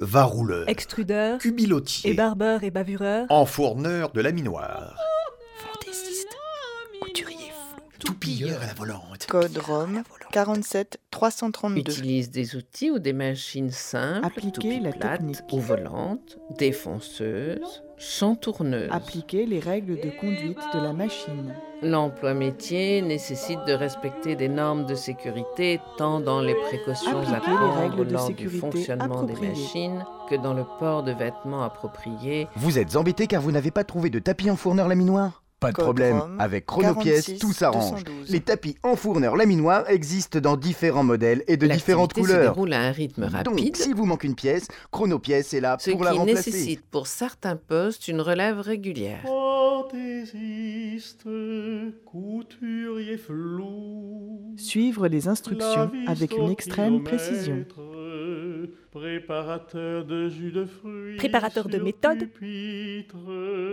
varouleur, ben, extrudeur, cubilotier, et barbeur et bavureur, enfourneur de la minoire, fantaisiste, couturier flou, toupilleur à la volante, Code Rome 47 332. Utilise des outils ou des machines simples, Appliquez toupies la plates technique. ou volantes, défonceuses, chantourneuses. Appliquer les règles de conduite de la machine. L'emploi métier nécessite de respecter des normes de sécurité tant dans les précautions Appliquer à les prendre règles de lors du sécurité fonctionnement des appropriées. machines que dans le port de vêtements appropriés. Vous êtes embêté car vous n'avez pas trouvé de tapis enfourneur laminoir Pas de Code problème, Rome, avec Chronopièce, 46 tout s'arrange. 212. Les tapis enfourneurs laminoirs existent dans différents modèles et de différentes L'activité se couleurs. déroule à un rythme rapide. Donc, si vous manque une pièce, Chronopièce est là ce pour la qui remplacer. nécessite pour certains postes une relève régulière. Fantaisiste, couturier flou. Suivre les instructions laviste avec au une extrême kilomètre, précision. Préparateur de jus de fruits. Préparateur de sur méthode. pupitre.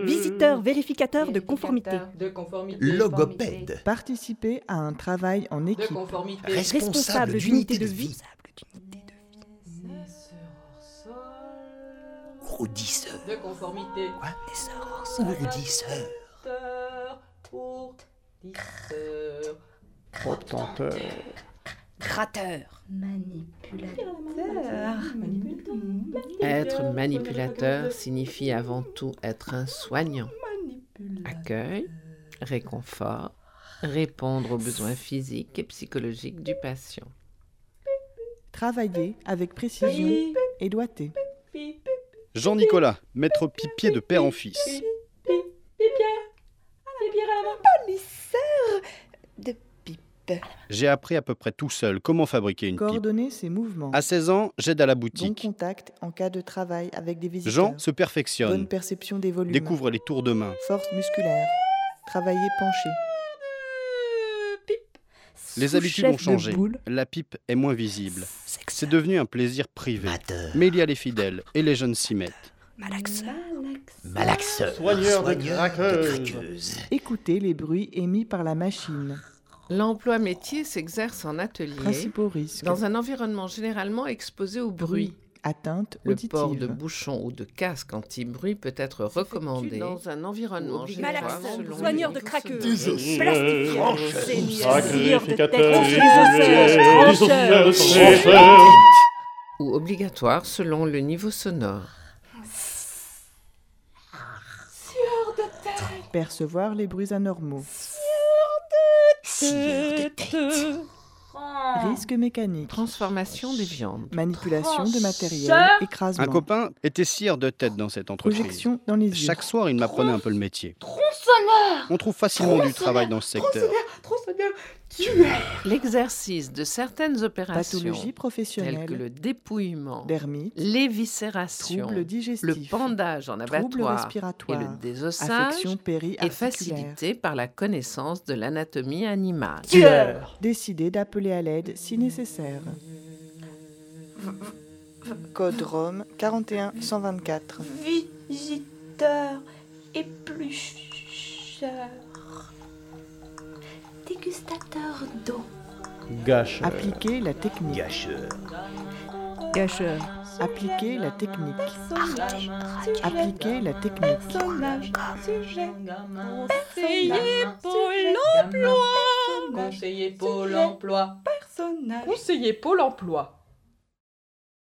visiteur, vérificateur de conformité, De conformité. logopède, Participer à un travail en De équipe. conformité. responsable d'unité de vie, roudisseur, De conformité. roudisseur, Pour. Obtenteur. gratteur, Être manipulateur signifie avant tout être un soignant. Accueil, réconfort, répondre aux besoins physiques et psychologiques du patient. Travailler avec précision et doigté. Jean-Nicolas, maître pipier de père en fils. de pipe. J'ai appris à peu près tout seul comment fabriquer une pipe. Coordonner ses mouvements. À 16 ans, j'aide à la Bon boutique. contact en cas de travail avec des visiteurs. Jean se Bonne perfectionne, perception des volumes. découvre les tours de main. Force musculaire. Travailler penché. Les habitudes ont changé. La pipe est moins visible. C'est devenu un plaisir privé. amateur, Mais il y a les fidèles et les jeunes s'y mettent. malaxeur, malaxeur, Soigneur de craqueuses. craqueuses, Écouter les bruits émis par la machine. L'emploi métier s'exerce en atelier, Principaux risques. dans un environnement généralement exposé au bruit. Atteinte Le auditive. port de bouchons ou de casques anti-bruit peut être recommandé dans un environnement général Malaxeur, selon soigneur les de craqueuses. fonctionnements. plastifieur, seigneur, Sacrificateur, scieur de tête, évolueur, trancheur, trancheur. ou obligatoire selon le niveau sonore. Percevoir les bruits anormaux. Risque mécanique. Transformation des viandes. Manipulation de matériel. Écrasement. Un copain était scieur de tête dans cette entreprise. Projection dans les yeux. Chaque soir, il m'apprenait un peu le métier. On trouve facilement du travail dans ce secteur. L'exercice de certaines opérations Pathologie telles professionnelle. que le dépouillement, Dermite. l'éviscération, Troubles digestifs. le pandage en Troubles abattoir et le respiratoires. désossage Affection est périarticulaire. facilité par la connaissance de l'anatomie animale. Décider d'appeler à l'aide si nécessaire. Code Rome 41 124. Visiteur éplucheur. Dégustateur d'eau. Gâche. Appliquer la technique. gâcheur, gâcheur, Appliquer la technique. Appliquer Appliquer la technique. personnage, sujet, Conseiller Pôle emploi. Conseiller Pôle emploi. personnage, Conseiller Pôle emploi.